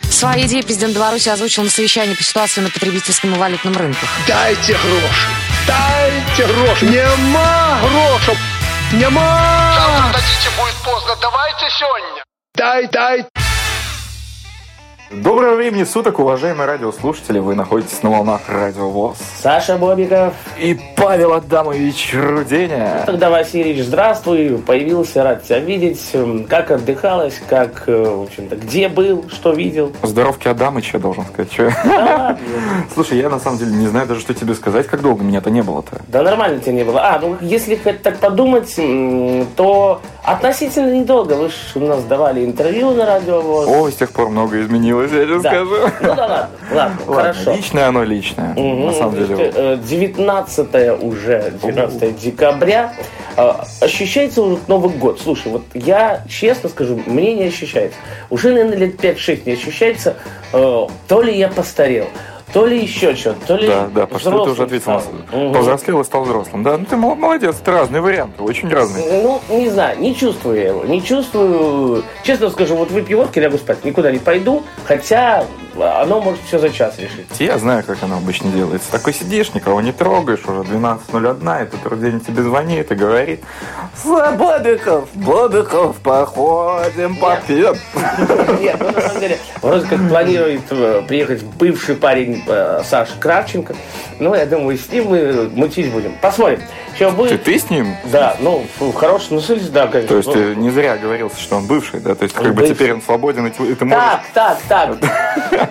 Свои идеи президент Беларуси озвучил на совещании по ситуации на потребительском и валютном рынке. Дайте гроші! Дайте гроші! Нема грошей! Нема! Дадите будет поздно, давайте сегодня. Дай, дай! Доброго времени суток, уважаемые радиослушатели. Вы находитесь на волнах Радио ВОЗ. Саша Бобиков. И Павел Адамович Руденя. Тогда, Васильевич, здравствуй. Появился, рад тебя видеть. М, Как отдыхалось, как, э, в общем-то, где был, что видел. Здоровки Адамыча, должен сказать. Чё? Да, Слушай, я на самом деле не знаю даже, что тебе сказать. Как долго меня-то не было-то? да нормально тебе не было. А, ну если хоть так подумать, м, то относительно недолго. Вы же у нас давали интервью на радио. вот. О, с тех пор многое изменилось, я тебе Да. скажу. Ну да ладно, ладно, Ладно, хорошо. личное оно личное, Мгм. на самом деле. Э, 19 уже, 19 декабря. Э, Ощущается уже Новый год. Слушай, вот я честно скажу, мне не ощущается. Уже, наверное, лет 5-6 не ощущается. Э, То ли я постарел, то ли еще что, то ли Да, да, потому что ты взрослым уже ответил. стал. на- Мгм. Повзрослел и стал взрослым. Да, ну ты мол- молодец, это разные варианты, очень разные. Ну, не знаю, не чувствую я его, не чувствую. Честно скажу, вот выпью водки, лягу спать, никуда не пойду, хотя оно может все за час решить. Я знаю, как оно обычно делается. Такой сидишь, никого не трогаешь, уже 12.01, и тут Рудень тебе звонит и говорит «Са, Бобиков, Бобиков, походим, попьем». Нет, ну, на самом деле, вроде как планирует э, приехать бывший парень э, Саша Кравченко. Ну, я думаю, с ним мы мутить будем. Посмотрим, что Ты, будет. ты с ним? Да, ну, фу, хорош, ну, смысле, да, конечно. То есть Ну, ты не зря говорился, что он бывший, да? То есть Он как бы бывший. теперь он свободен, и ты и ты можешь, Так, так, так.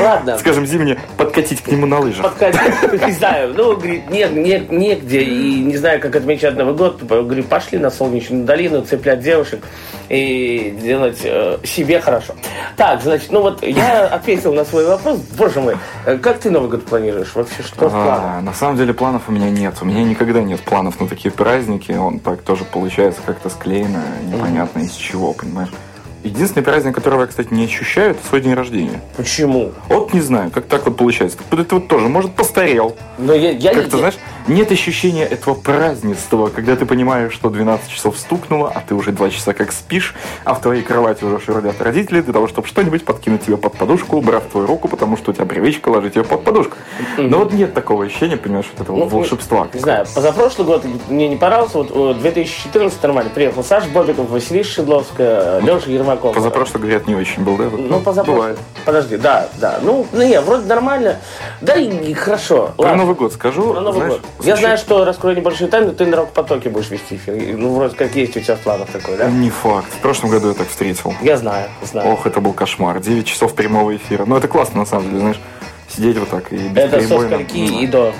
Ладно. скажем, зимне подкатить к нему на лыжах. Подходи, не знаю, ну, говорит, нет, нет, негде, и не знаю, как отмечать Новый год. Говорю, пошли на Солнечную долину цеплять девушек и делать э, себе хорошо. Так, значит, ну вот я ответил на свой вопрос. Боже мой, э, как ты Новый год планируешь? Вообще, что в планах? А, на самом деле планов у меня нет. У меня никогда нет планов на такие праздники. Он так тоже получается как-то склеено, непонятно из чего, понимаешь? Единственный праздник, которого я, кстати, не ощущаю, это свой день рождения. Почему? Вот не знаю, как так вот получается. Вот это вот тоже, может, постарел. Ну, я, я, Как-то, я- знаешь, нет ощущения этого празднества, когда ты понимаешь, что 12 часов стукнуло, а ты уже 2 часа как спишь, а в твоей кровати уже шердят родители для того, чтобы что-нибудь подкинуть тебе под подушку, убрав твою руку, потому что у тебя привычка ложить ее под подушку. Но вот нет такого ощущения, понимаешь, вот этого Ну, волшебства. Не знаю, позапрошлый год мне не понравился. Вот э, 2014 нормально приехал Саша Бобиков, Василиса Шедловская, Леша Ермаков. Позапрошлый, говорят, не очень был, да? Вот, Ну, позапрошлый. Бывает. Подожди, да, да. Ну, ну, не, вроде нормально. Да и и хорошо. Про ладно. Новый год скажу. Про Новый знаешь, год. Я звучит- знаю, что раскрою небольшую тайну, ты на рок-потоке будешь вести эфир. И, Ну, вроде как есть у тебя в планах такой, да? Не факт. В прошлом году я так встретил. Я знаю, знаю. Ох, это был кошмар. 9 часов прямого эфира. Ну, это классно, на самом деле, знаешь, сидеть вот так и без Это со перебоя. скольки и до...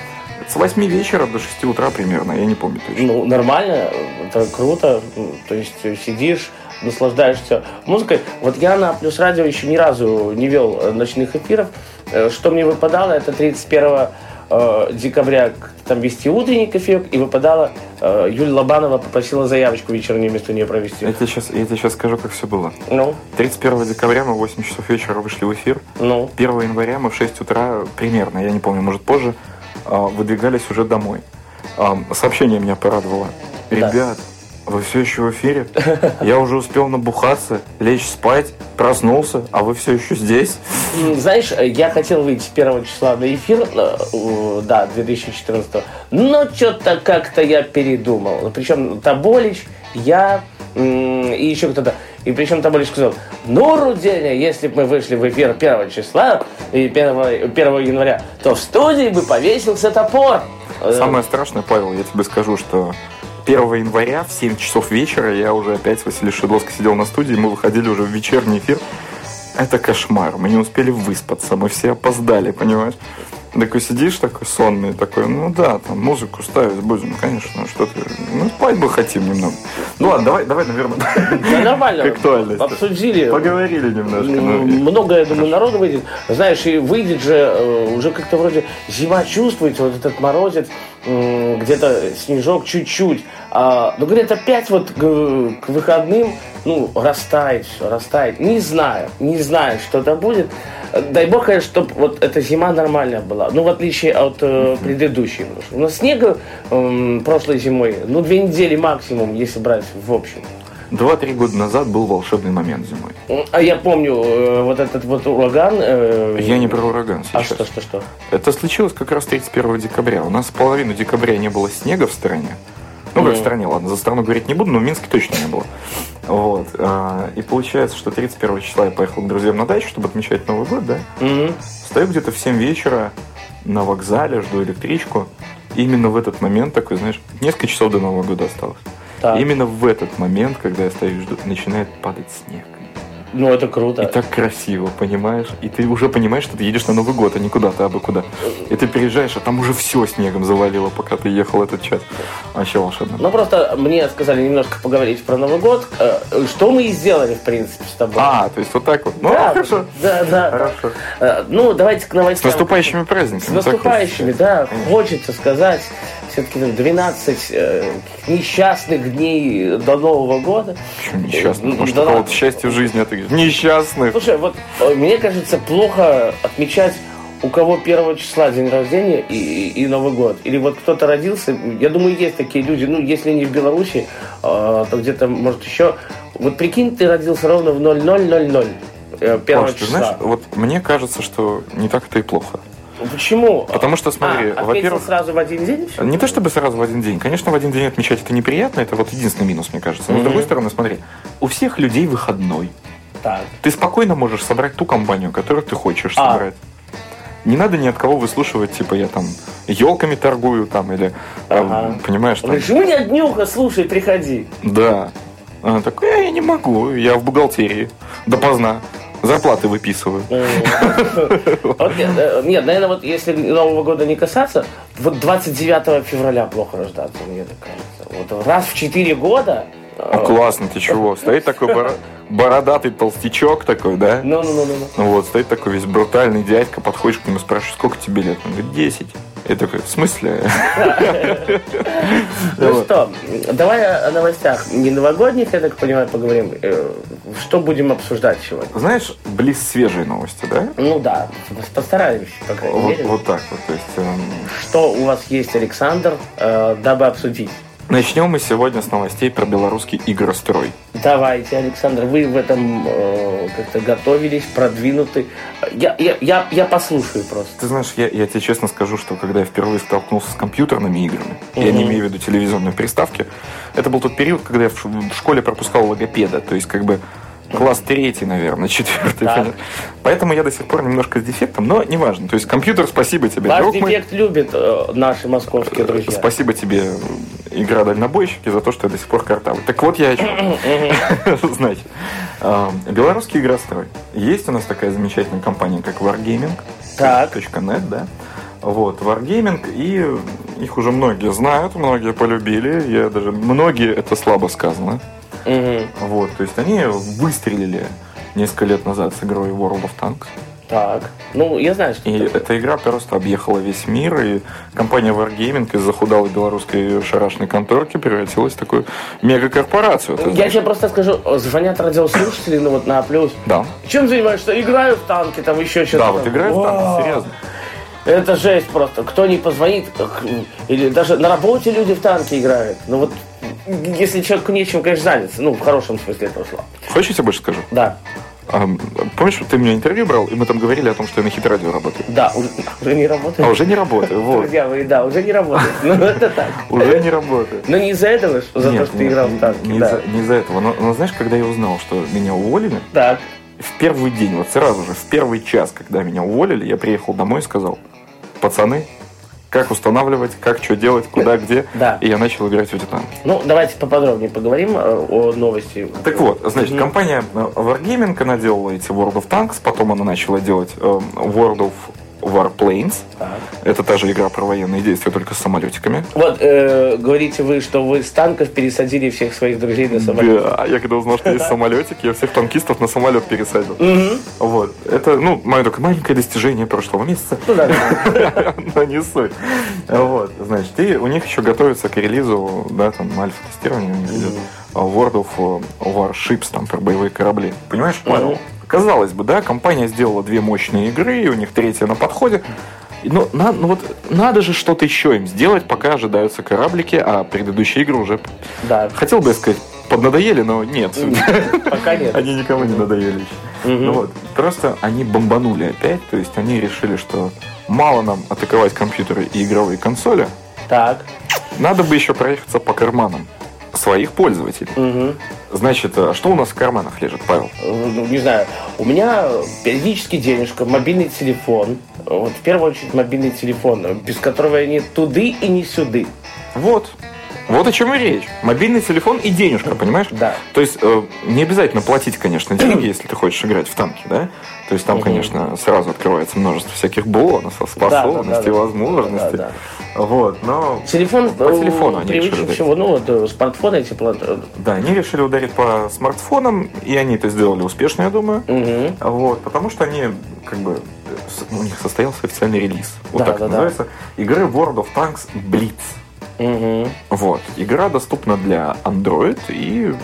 С 8 вечера до 6 утра примерно, я не помню точно. Ну, нормально, это круто. Ну, То есть э, сидишь, наслаждаешься музыкой. Вот я на Плюс Радио еще ни разу не вел э, ночных эфиров. Э, Что мне выпадало, это 31 э, декабря к- там вести утренний кофеек, и выпадало э, Юлия Лобанова попросила заявочку вечернее вместо нее Я провести. тебе, сейчас, я тебе сейчас скажу, как все было. Ну, 31 декабря мы в 8 часов вечера вышли в эфир. ну. 1 января мы в 6 утра, примерно, я не помню, может позже, а, выдвигались уже домой. Ам, Сообщение меня порадовало. Да. Ребят, вы все еще в эфире? Я уже успел набухаться, лечь спать, проснулся, а вы все еще здесь? М, Знаешь, э, я хотел выйти 1 числа на эфир, э, у- да, 2014, но что-то как-то я передумал. Причем Таболич, я м, и еще кто-то. И причем Таболич сказал, ну, Руденя, если бы мы вышли в эфир 1 числа и 1, 1 января, то в студии бы повесился топор. Э, Самое страшное, Павел, я тебе скажу, что 1 января в 7 часов вечера я уже опять с Василием Шедловской сидел на студии, мы выходили уже в вечерний эфир. Это кошмар, мы не успели выспаться, мы все опоздали, понимаешь? Такой сидишь такой сонный, такой, ну да, там музыку ставить будем, конечно, что ты, ну спать бы хотим немного. Ну ладно, давай, давай, наверное, да Э, нормально. актуальность. Обсудили. поговорили немножко. ну, и- Много, я думаю, народу выйдет. Знаешь, и выйдет же, э, уже как-то вроде зима чувствуется, вот этот морозец, м, где-то снежок чуть-чуть. А, ну, говорят, опять вот к, к выходным, ну, растает все, растает. Не знаю, не знаю, что там будет. Э, Дай бог, конечно, чтобы вот эта зима нормальная была. Ну, в отличие от э, предыдущей. Потому что У нас снега эм, прошлой зимой, ну, две недели максимум, если брать в общем. Два-три года назад был волшебный момент зимой. А я помню э, вот этот вот ураган. э, Я не про ураган А сейчас. что, что, что? Это случилось как раз 31 декабря. У нас половину декабря не было снега в стране. Ну, как в стране, ладно, за страну говорить не буду, но в Минске точно не было. Вот. а, И получается, что 31 числа я поехал к друзьям на дачу, чтобы отмечать Новый год, да? Мгм. Стою где-то в 7 вечера на вокзале, жду электричку. Именно в этот момент такой, знаешь, несколько часов до Нового года осталось. Так. Именно в этот момент, когда я стою и жду, начинает падать снег. Ну, это круто. И так красиво, понимаешь? И ты уже понимаешь, что ты едешь на Новый год, а не куда-то, а бы куда. И ты приезжаешь, а там уже все снегом завалило, пока ты ехал этот час. Вообще волшебно. Ну, просто мне сказали немножко поговорить про Новый год. Э, Что мы и сделали, в принципе, с тобой. А, то есть вот так вот. Ну, да, хорошо. Да, да. Хорошо. Э, Ну, давайте к С новостям. наступающими праздниками. С наступающими, так да. хочется. Хочется сказать, все-таки 12 э, несчастных дней до Нового года. Почему несчастный? Э, Может, да у кого-то ладно. счастье в жизни, а ты говоришь, несчастных. Слушай, вот э, мне кажется, плохо отмечать у кого первого числа день рождения и, и- и Новый год. Или вот кто-то родился, я думаю, есть такие люди, ну, если не в Беларуси, э, то где-то, может, еще. Вот прикинь, ты родился ровно в 0000 э, первого Паш, ты числа. знаешь, вот мне кажется, что не так это и плохо. Ну, Почему? Потому что, смотри, А, отметил во-первых- сразу в один день? ещё? Не то чтобы сразу в один день. Конечно, в один день отмечать это неприятно, это вот единственный минус, мне кажется. Но с другой стороны, смотри, у всех людей выходной. Так. Ты спокойно можешь собрать ту компанию, которую ты хочешь А. собрать. Не надо ни от кого выслушивать, типа я там елками торгую там или там, Ага. понимаешь Он там. говорит, у меня днюха, слушай, приходи. Да. Она такая, «Э, я не могу, я в бухгалтерии допоздна. Зарплаты выписываю. Э, Вот, э, Нет, наверное, вот если Нового года не касаться, вот 29 февраля плохо рождаться, мне так кажется. Вот раз в 4 года. э, Ну классно, ты чего? Стоит такой боро- бородатый толстячок такой, да? Ну, ну, ну, ну, ну. Вот, стоит такой весь брутальный дядька, подходишь к нему, спрашиваешь, сколько тебе лет? Он говорит, 10. Я такой, в смысле? Ну Вот. что, давай о о новостях. Не новогодних, я так понимаю, поговорим. Э, Что будем обсуждать сегодня? Знаешь, близ свежие новости, да? Ну да, постараемся, по крайней Вот, мере. вот так вот. То есть, эм, Что у вас есть, Александр, э, дабы обсудить? начнем мы сегодня с новостей про белорусский игрострой. Давайте, Александр, вы в этом э, как-то готовились, продвинуты. Я, я, я, я послушаю просто. Ты знаешь, я, я тебе честно скажу, что когда я впервые столкнулся с компьютерными играми, я не имею в виду телевизионные приставки, это был тот период, когда я в ш- в школе пропускал логопеда, то есть как бы класс третий, наверное, четвертый. Так. понятно. Поэтому я до сих пор немножко с дефектом, но неважно. То есть компьютер, спасибо тебе, Ваш друг мой. дефект любят э, наши московские друзья. Спасибо тебе, игра дальнобойщики, за то, что я до сих пор картавый. Так вот я о чём. Значит, э, белорусский игрострой. Есть у нас такая замечательная компания, как Wargaming. Так. .net, да. Вот, Wargaming, и их уже многие знают, многие полюбили. Я даже... Многие, это слабо сказано. Мгм. Вот, то есть они выстрелили несколько лет назад с игрой World of Tanks. Так. Ну, я знаю, что И это. эта игра просто объехала весь мир, и компания Wargaming из захудалой белорусской шарашной конторки превратилась в такую мегакорпорацию. ты Я знаешь. тебе просто скажу, э, звонят радиослушатели, ну вот на плюс. Да. Чем занимаешься? Играю в танки, там еще что-то. Да, вот там. играют Вау. там, серьезно. Это жесть просто. Кто не позвонит, эх, или даже на работе люди в танки играют. Ну вот, если человеку нечем, конечно, заняться. Ну, в хорошем смысле этого слова. Хочешь, я тебе больше скажу? Да, Ам, Помнишь, ты меня интервью брал, и мы там говорили о том, что я на хит-радио работаю? да, уже, уже не работает. А уже не работаю, вот. Друзья мои, да, уже не работает. Ну, это так. Уже не работаю. Но не из-за этого, что- за то, Нет, что ты нет, играл не- в танки. Не да. из-за не из-за этого. Но, но знаешь, когда я узнал, что меня уволили, Так, в первый день, вот сразу же, в первый час, когда меня уволили, я приехал домой и сказал, пацаны, как устанавливать, как что делать, куда, где. Да. И я начал играть в эти танки. ну давайте поподробнее поговорим э, о новости. Так вот, значит, компания э, Wargaming, она делала эти World of Tanks, потом она начала делать э, World of Warplanes. Так. Это та же игра про военные действия, только с самолетиками. Вот, э, говорите вы, что вы с танков пересадили всех своих друзей на самолет. Да, А я когда узнал, что есть самолетик, я всех танкистов на самолет пересадил. Вот. Это, ну, мое такое маленькое достижение прошлого месяца. Ну да, да. Но не суть. Вот, значит, и у них еще готовится к релизу, да, там, альфа-тестирование у них идет. а, World of э, Warships, там, про боевые корабли. Понимаешь, Павел? Казалось бы, да, компания сделала две мощные игры, и у них третья на подходе. И, Ну, на- ну вот надо же что-то еще им сделать, пока ожидаются кораблики, а предыдущие игры уже... Да. Хотел бы я сказать, поднадоели, но нет. Пока нет. Они никому не надоели еще. Ну вот, просто они бомбанули опять, то есть они решили, что мало нам атаковать компьютеры и игровые консоли, Так. надо бы еще проехаться по карманам своих пользователей. Мгм. Значит, а что у нас в карманах лежит, Павел? Э, ну, не знаю, у меня периодически денежка, мобильный телефон, Э, вот в первую очередь мобильный телефон, э, без которого я ни туды и ни сюды. Вот. Вот о чем и речь. Мобильный телефон и денежка, понимаешь? Да. То есть э, не обязательно платить, конечно, деньги, если ты хочешь играть в танки, да? То есть там, конечно, сразу открывается множество всяких бонусов, способностей, возможностей. Да, да. Вот, но... Телефон, По э, телефону они превыше решили всего, ну вот э, смартфоны эти пла- э, Да, они решили ударить по смартфонам, и они это сделали успешно, я думаю. мгм. Вот, потому что они, как бы, э, с- у них состоялся официальный релиз. Вот Да, так да, да. это называется. Игры World of Tanks Blitz. Мгм. Вот. Игра доступна для Android и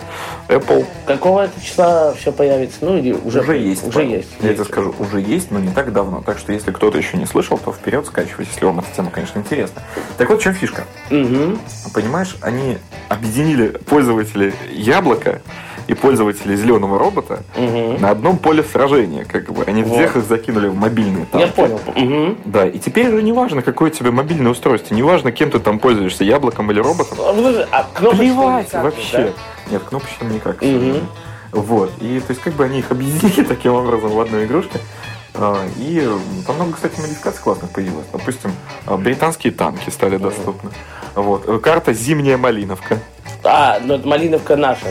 Apple. Какого это числа все появится? Ну или уже, Уже, есть. Уже Павел. есть. Я тебе есть. скажу, уже есть, но не так давно. Так что, если кто-то еще не слышал, то вперед скачивайте, если вам эта тема, конечно, интересна. Так вот, в чем фишка. Мгм. Понимаешь, они объединили пользователей яблока и пользователей зеленого робота Мгм. на одном поле сражения. Как бы. Они Вот. всех их закинули в мобильные танки. Я понял. Мгм. Да, и теперь уже не важно, какое у тебя мобильное устройство, не важно, кем ты там пользуешься, яблоком или роботом. А, ну, слушай, а кнопочки Плевать никак, вообще. Нет, кнопочным никак. к сожалению. Вот. И то есть как бы они их объединили таким образом в одной игрушке. А, И м, там много, кстати, модификаций классных появилось. Допустим, а, британские танки стали доступны. Вот. Э, Карта «Зимняя малиновка». да? А, ну это Малиновка наша.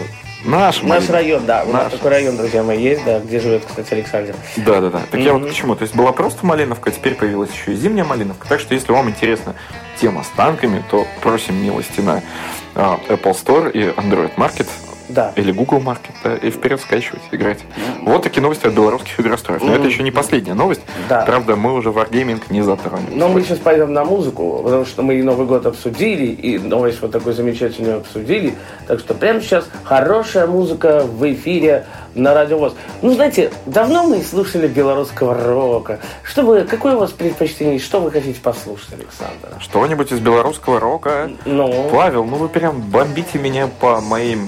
Наш, Наш район, да. У нас Наш. такой район, друзья мои, есть, да, где живет, кстати, Александр. Да, да, да. Так я вот Мгм. к чему. То есть была просто малиновка, а теперь появилась еще и зимняя малиновка. Так что если вам интересна тема с танками, то просим милости на а, Apple Store и Android Market. Да. Ну. Или Google Market, да, и вперед скачивать, играть. Вот такие новости от белорусских игростроев. Но это еще не последняя новость. Да. Правда, мы уже Wargaming не затронули. Но мы сейчас пойдем на музыку, потому что мы и Новый год обсудили, и новость вот такую замечательную обсудили. Так что прямо сейчас хорошая музыка в эфире на Радио ВОЗ. Ну, знаете, давно мы не слушали белорусского рока. Что вы, какое у вас предпочтение, что вы хотите послушать, Александр? Что-нибудь из белорусского рока? Ну, Павел, ну вы прям бомбите меня по моим,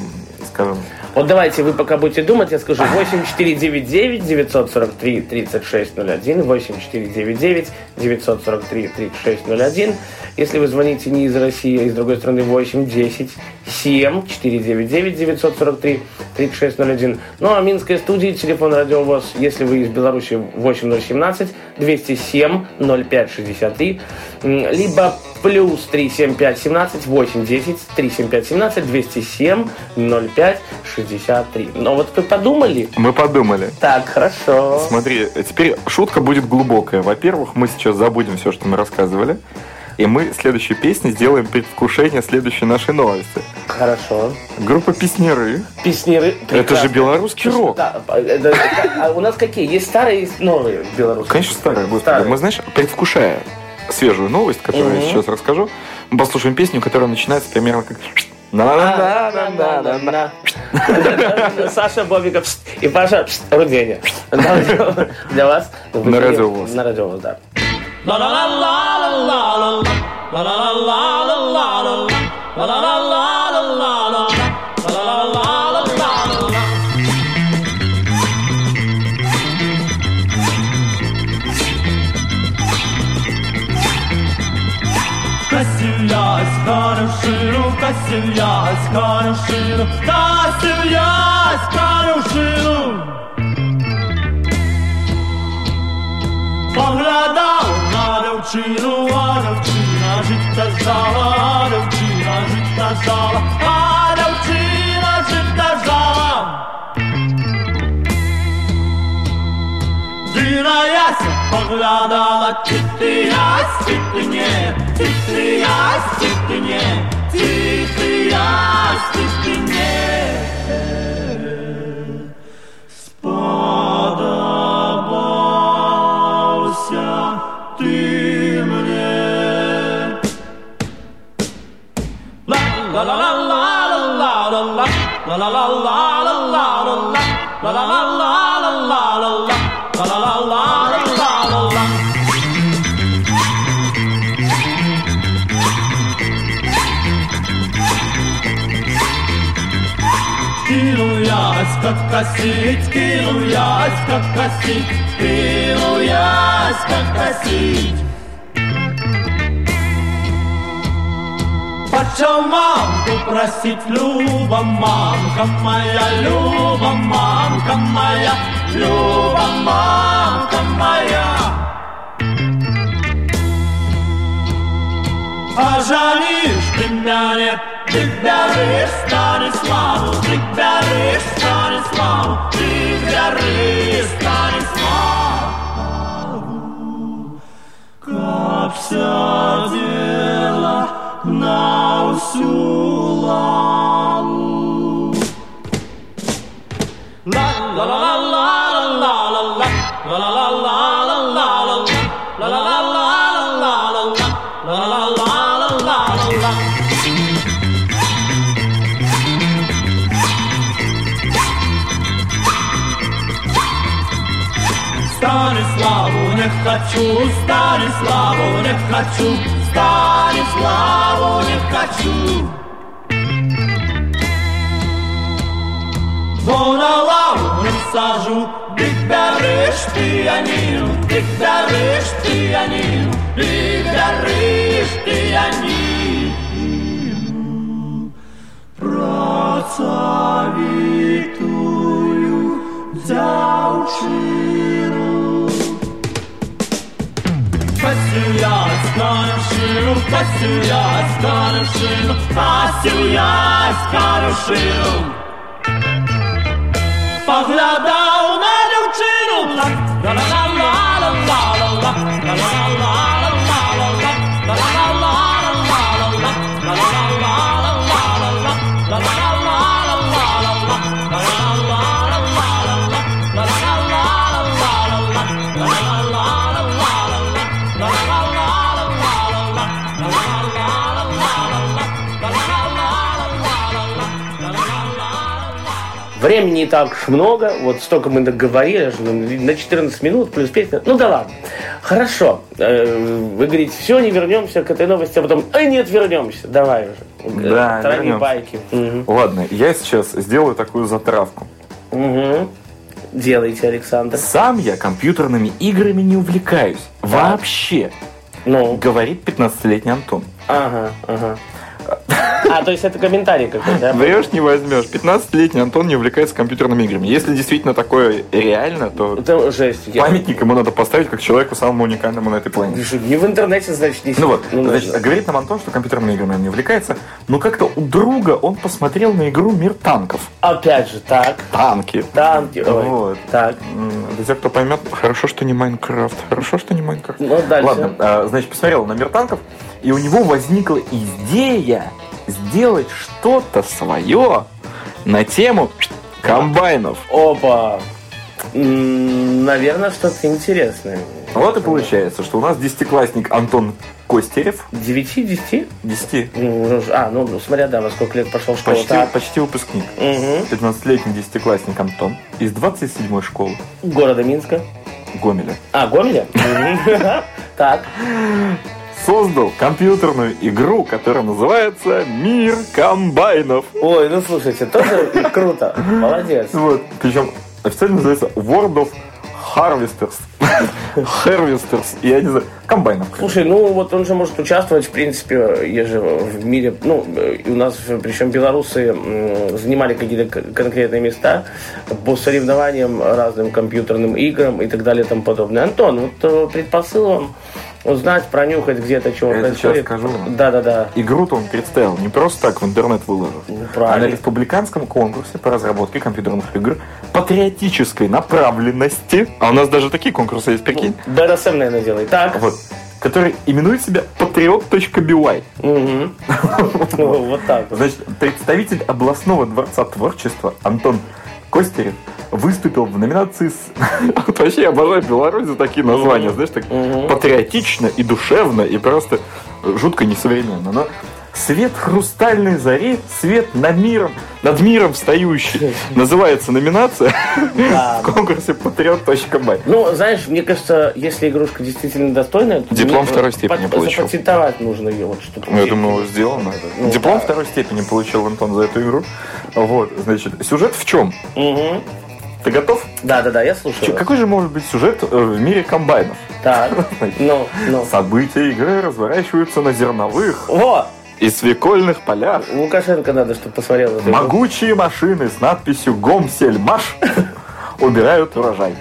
скажем... вот давайте вы пока будете думать, я скажу 8499 943 3601 8499 943 3601 Если вы звоните не из России, а из другой страны 810 7 499 943 3601 Ну а Минская студия, телефон радио ВОЗ, если вы из Беларуси 8017 207 0563 м, либо плюс 375 17 810 375 17 207 05 63. Но вот вы подумали? Мы подумали. Так, хорошо. Смотри, теперь шутка будет глубокая. Во-первых, мы сейчас забудем все, что мы рассказывали. И мы следующей песни сделаем предвкушение следующей нашей новости. Хорошо. Группа «Песнеры». Песнеры. Это же прекрасно. белорусский рок. Да, это- а у нас какие? Есть старые, есть новые белорусские? Конечно, старая, господи. Старые. Мы, знаешь, предвкушая свежую новость, которую я сейчас расскажу, мы послушаем песню, которая начинается примерно как... На-на-на-на-на-на. Саша Бобиков пс, и Паша пс, Руденя. Для вас. На радио ВОЗ. На радио ВОЗ, да. Косевлясь, хорошину, косевлясь, хорошину, косевлясь, хорошину. Поглядав на дівчину, а дівчина життя жала, а дівчина життя жала, а дівчина життя жала. Дина яся поглядала, чистый ясь, чистый не, чистый ясь, чистый не, чистый ясь, чистый не. Сподобался ты мне. La la la la la la la la la la la la la la la. La la la la la la la la. La la la la la la la la. как косить, кину ясь, как косить, кину ясь, как косить. Почем мамку просить, Люба, мамка моя, Люба, мамка моя, Люба, мамка моя. Пожалеешь ты меня, нет, ты горишь, Станиславу, ты горишь, Станиславу, ты горишь, Станиславу. Как все дело на всю лаву. Станиславу не хочу, Станиславу не хочу, Станиславу не хочу. Вон на лаву не сажу, ты горишь пианину, ты горишь пианину, ты горишь пианину. Процавитую девчину. Посилять старшину, посилять старшину, посилять старшину. Поглядав на дівчину, ла ла ла ла ла ла ла ла Времени не так уж много, вот столько мы договорили, аж на- на 14 минут плюс песня. Ну да ладно. Хорошо. Э, Вы говорите, все, не вернемся к этой новости, а потом, ай, нет, вернемся. Давай уже. Э, Да, трони вернемся. байки. Мгм. Ладно, я сейчас сделаю такую затравку. Мгм. Делайте, Александр. Сам я компьютерными играми не увлекаюсь. Вообще. Ну, Говорит 15-летний Антон. ага, ага. А, то есть это комментарий какой-то, да? Врешь, не возьмешь. 15-летний Антон не увлекается компьютерными играми. Если действительно такое реально, то Это жесть. Я- памятник ему надо поставить как человеку самому уникальному на этой планете. Пишу, Не в интернете, значит, не Ну вот, значит, ладно. говорит нам Антон, что компьютерными играми он не увлекается, но как-то у друга он посмотрел на игру «Мир танков». Опять же, так. Танки. Танки. ой, а- Вот. Так. М, Для тех, кто поймет, хорошо, что не Майнкрафт. Хорошо, что не Майнкрафт. Ну, дальше. Ладно, а, значит, посмотрел на мир танков, и у него возникла идея сделать что-то свое на тему комбайнов. Опа. М, Наверное, что-то интересное. Вот и получается, что у нас десятиклассник Антон Костерев, 9-10? 10, Ну, уже ж- А, ну, смотря, да, во сколько лет пошел в школу. почти, Так, почти выпускник, мгм. 15-летний десятиклассник Антон из 27-й школы Города Минска. Гомеля А, Гомеля? Мгм. Так. создал компьютерную игру, которая называется «Мир комбайнов». Ой, ну слушайте, тоже круто. Молодец. Вот. Причем официально называется World of Harvesters. Harvesters. Я не знаю. Комбайнов. короче. Слушай, ну вот он же может участвовать, в принципе, еже в мире, ну, э, и у нас, э, причем белорусы м, занимали какие-то к- конкретные места по соревнованиям, разным компьютерным играм и так далее и тому подобное. Антон, вот э, предпосылом узнать, пронюхать где-то, чего Это происходит. щас скажу. Да-да-да. Игру-то он представил не просто так в интернет выложил, а на правильно. республиканском конкурсе по разработке компьютерных игр патриотической направленности. А у нас даже такие конкурсы есть, прикинь? БРСМ, наверное, делай. Так. Вот. Который именует себя patriot.by. Мгм. Ну, Вот так. вот. Значит, представитель областного дворца творчества Антон Костерев выступил в номинации с... Вот Вообще, я обожаю Беларусь за такие названия, знаешь, так патриотично и душевно, и просто жутко несовременно. Но Свет хрустальной зари, свет над миром, над миром встающий. Называется номинация в конкурсе patreon.by. Ну, знаешь, мне кажется, если игрушка действительно достойная... то Диплом мне, э, второй степени пот- получил. запатентовать нужно ее, вот, чтобы... Ну, я думаю, сделано. Ну, Диплом да. второй степени получил Антон за эту игру. Вот, значит, сюжет в чем? Мгм. Ты готов? Да-да-да, я слушаю. Чё, вас. Какой же может быть сюжет э, в мире комбайнов? Так, ну, ну. События игры разворачиваются на зерновых Во! и свекольных полях. Лукашенко надо, чтобы посмотрел. эту Могучие машины с надписью «Гомсельмаш» убирают урожай.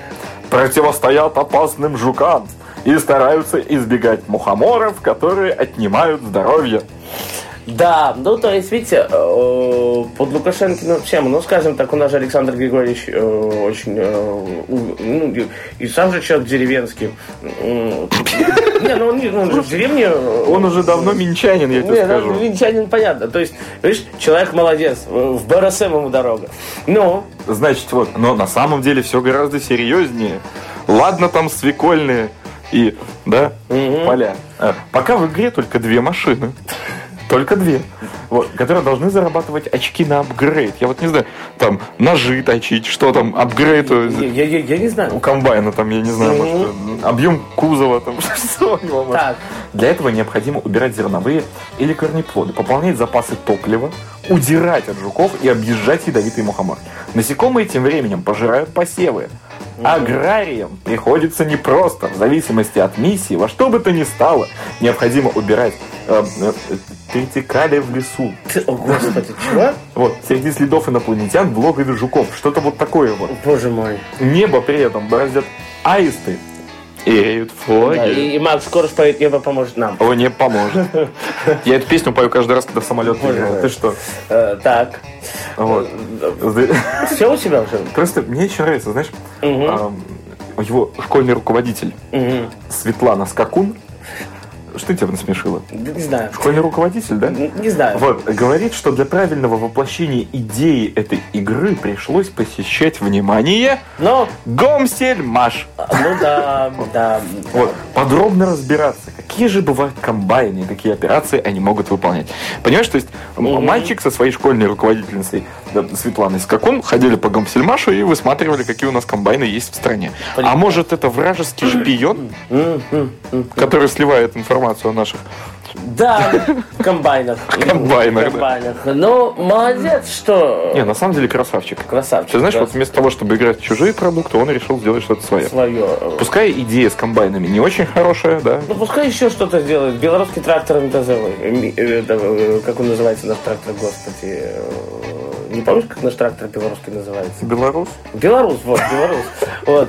Противостоят опасным жукам и стараются избегать мухоморов, которые отнимают здоровье. Да, ну то есть, видите, э, под Лукашенкину тему, ну скажем так, у нас же Александр Григорьевич э, очень, э, у- ну и- и сам же человек деревенский. М, Не, ну он, не- он же в деревне... э, Он уже давно минчанин, я тебе не, ну, скажу. венчанин, понятно. То есть, видишь, человек молодец, э, в БРСМ ему дорога. Ну, Значит, вот, но на самом деле все гораздо серьезнее. Ладно, там свекольные и, да, поля. А, Пока в игре только две машины. Только две. Вот, которые должны зарабатывать очки на апгрейд. Я вот не знаю, там, ножи точить, что там, апгрейд э, я, я- я- я не знаю. у комбайна там, я не знаю, Мгм. может, э, объем кузова там, что у него может. Так. Для этого необходимо убирать зерновые или корнеплоды, пополнять запасы топлива, удирать от жуков и объезжать ядовитый мухомор. Насекомые тем временем пожирают посевы. Аграриям приходится непросто, в зависимости от миссии, во что бы то ни стало, необходимо убирать э, э, тритикали в лесу. Ты- О, господи, чего? Вот, среди следов инопланетян в логове жуков. Что-то вот такое вот. Боже мой. Небо при этом бороздят аисты и реют Да, флаги. и, и Макс скоро споет небо поможет нам. О, не поможет. Я эту песню пою каждый раз, когда в самолет Боже играю. мой. Ты что? Э, так. Вот. Все у тебя уже? Просто мне еще нравится, знаешь, ам, его школьный руководитель Мгм. Светлана Скакун. Что тебя насмешило? Не знаю. Школьный руководитель, да? Н- Не знаю. Вот, говорит, что для правильного воплощения идеи этой игры пришлось посещать, внимание, Но, Гомсельмаш. ну да, да. Вот, подробно разбираться, какие же бывают комбайны, и какие операции они могут выполнять. Понимаешь, то есть м- мальчик со своей школьной руководительницей да, Светланой Скакун ходили по Гомсельмашу и высматривали, какие у нас комбайны есть в стране. А может, это вражеский шпион, который сливает информацию о наших... Да, в комбайнах. Комбайнах, да. В комбайнах. Ну, молодец, что... Не, на самом деле красавчик. Красавчик. Ты знаешь, да, вот вместо того, чтобы играть в чужие продукты, он решил сделать что-то свое. свое. э, Пускай идея с комбайнами не очень хорошая, да, Ну, пускай еще что-то сделает. Белорусский трактор МТЗ. э, ми- э, да, э, Как он называется, наш трактор, господи. э, Не помнишь, как наш трактор белорусский называется? белорус. Белорус, вот, белорус. Вот.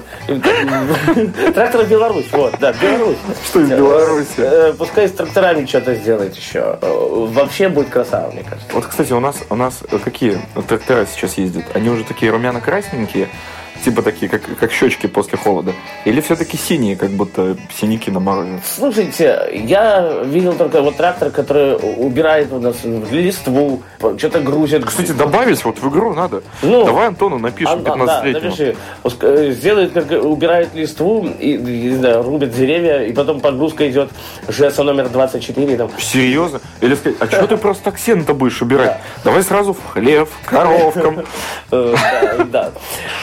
Трактор Беларусь, вот, да, Беларусь. Что из Беларуси? Э, Пускай с тракторами что-то сделает еще. Э, Вообще будет красава, мне кажется. Вот, кстати, у нас у нас э, какие трактора сейчас ездят? Они уже такие румяно-красненькие, типа такие, как, как щечки после холода. Или все-таки синие, как будто синяки на морозе. Слушайте, я видел только вот трактор, который у- убирает у нас листву, что-то грузит. Кстати, добавить вот в игру надо. Ну, Давай Антону А, напишем а, да, 15-летнему. напиши. Пуск- э, Сделает, как убирает листву, и, не знаю, рубит деревья, и потом погрузка идет ЖС номер 24. Там. Серьезно? Или сказать, а что ты просто так сено-то будешь убирать? Давай сразу в хлеб, коровкам. Э, да, да.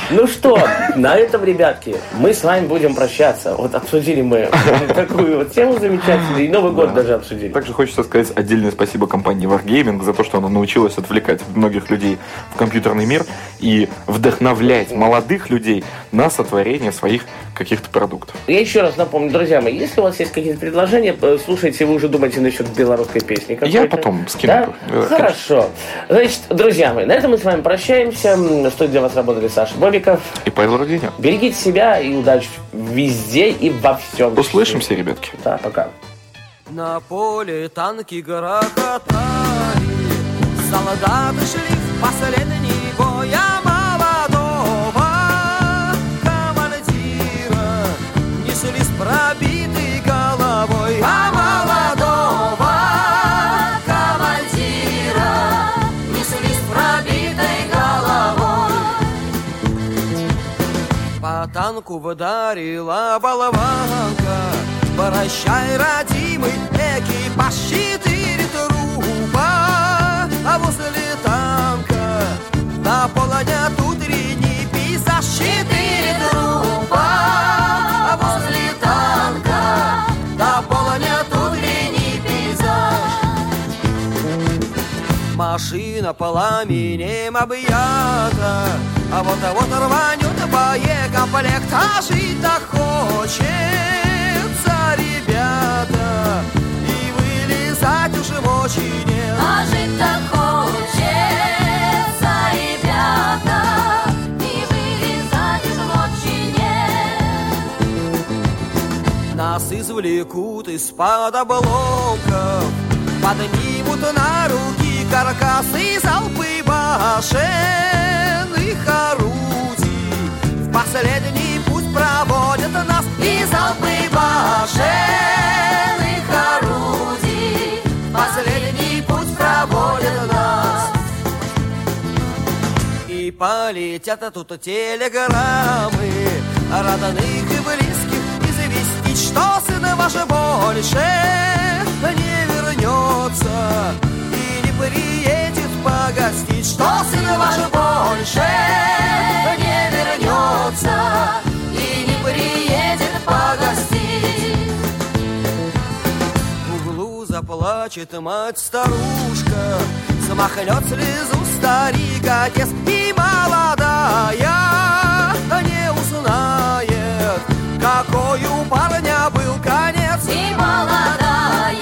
Ну что, на этом, ребятки, мы с вами будем прощаться. Вот обсудили мы такую вот тему замечательную, и Новый год даже обсудили. Также хочется сказать отдельное спасибо компании Wargaming за то, что она научилась отвлекать многих людей в компьютерный мир и вдохновлять молодых людей на сотворение своих каких-то продуктов. Я еще раз напомню, друзья мои, если у вас есть какие-то предложения, э, слушайте, вы уже думаете насчет белорусской песни. какой-то. Я потом э, скину. Да? Да, Хорошо. Значит, друзья мои, на этом мы с вами прощаемся. М, Что для вас работали Саша Бобиков. И Павел Руденя. Берегите себя и удачи везде и во всем. Услышимся, ребятки. Да, пока. На поле танки грохотали, солдаты шли в последний бой, а молодого командира несли с пробитой головой, а молодого командира несли с пробитой головой. По танку ударила болванка Прощай, родимый экипаж Четыре труба Возле танка наполонят утренний пейзаж Четыре трупа А возле танка наполонят утренний пейзаж Машина пламенем объята А вот а вот рванет боекомплект А жить-то хочется, ребята И вылезать уже очень нет А жить так хочется, ребята, и вылезать из лодки нет. Нас извлекут из-под обломков Поднимут на руки каркасы залпы башен Их орудий В последний путь проводят нас И залпы башен Их орудий В последний путь проводят нас и полетят оттуда телеграммы Родных и близких известить, что сына ваша больше не вернется И не приедет погостить, что сына ваша больше не вернется И не приедет погостить в углу заплачет мать-старушка Смахнет слезу старик-отец И молодая не узнает Какой у парня был конец И молодая а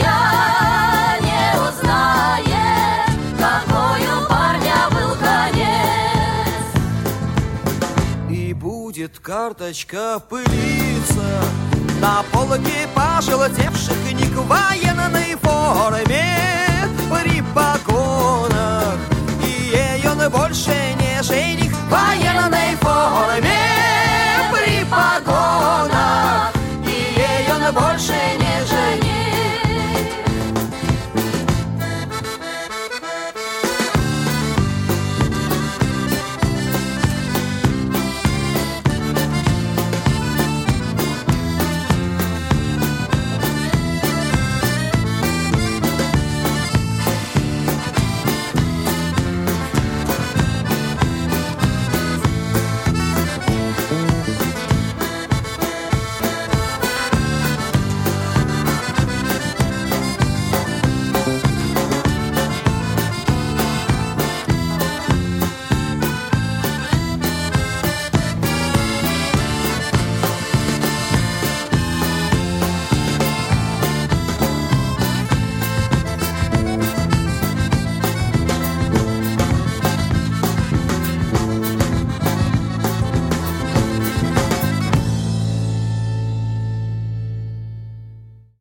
не узнает, какой у парня был конец. И будет карточка пылиться На полке пожелтев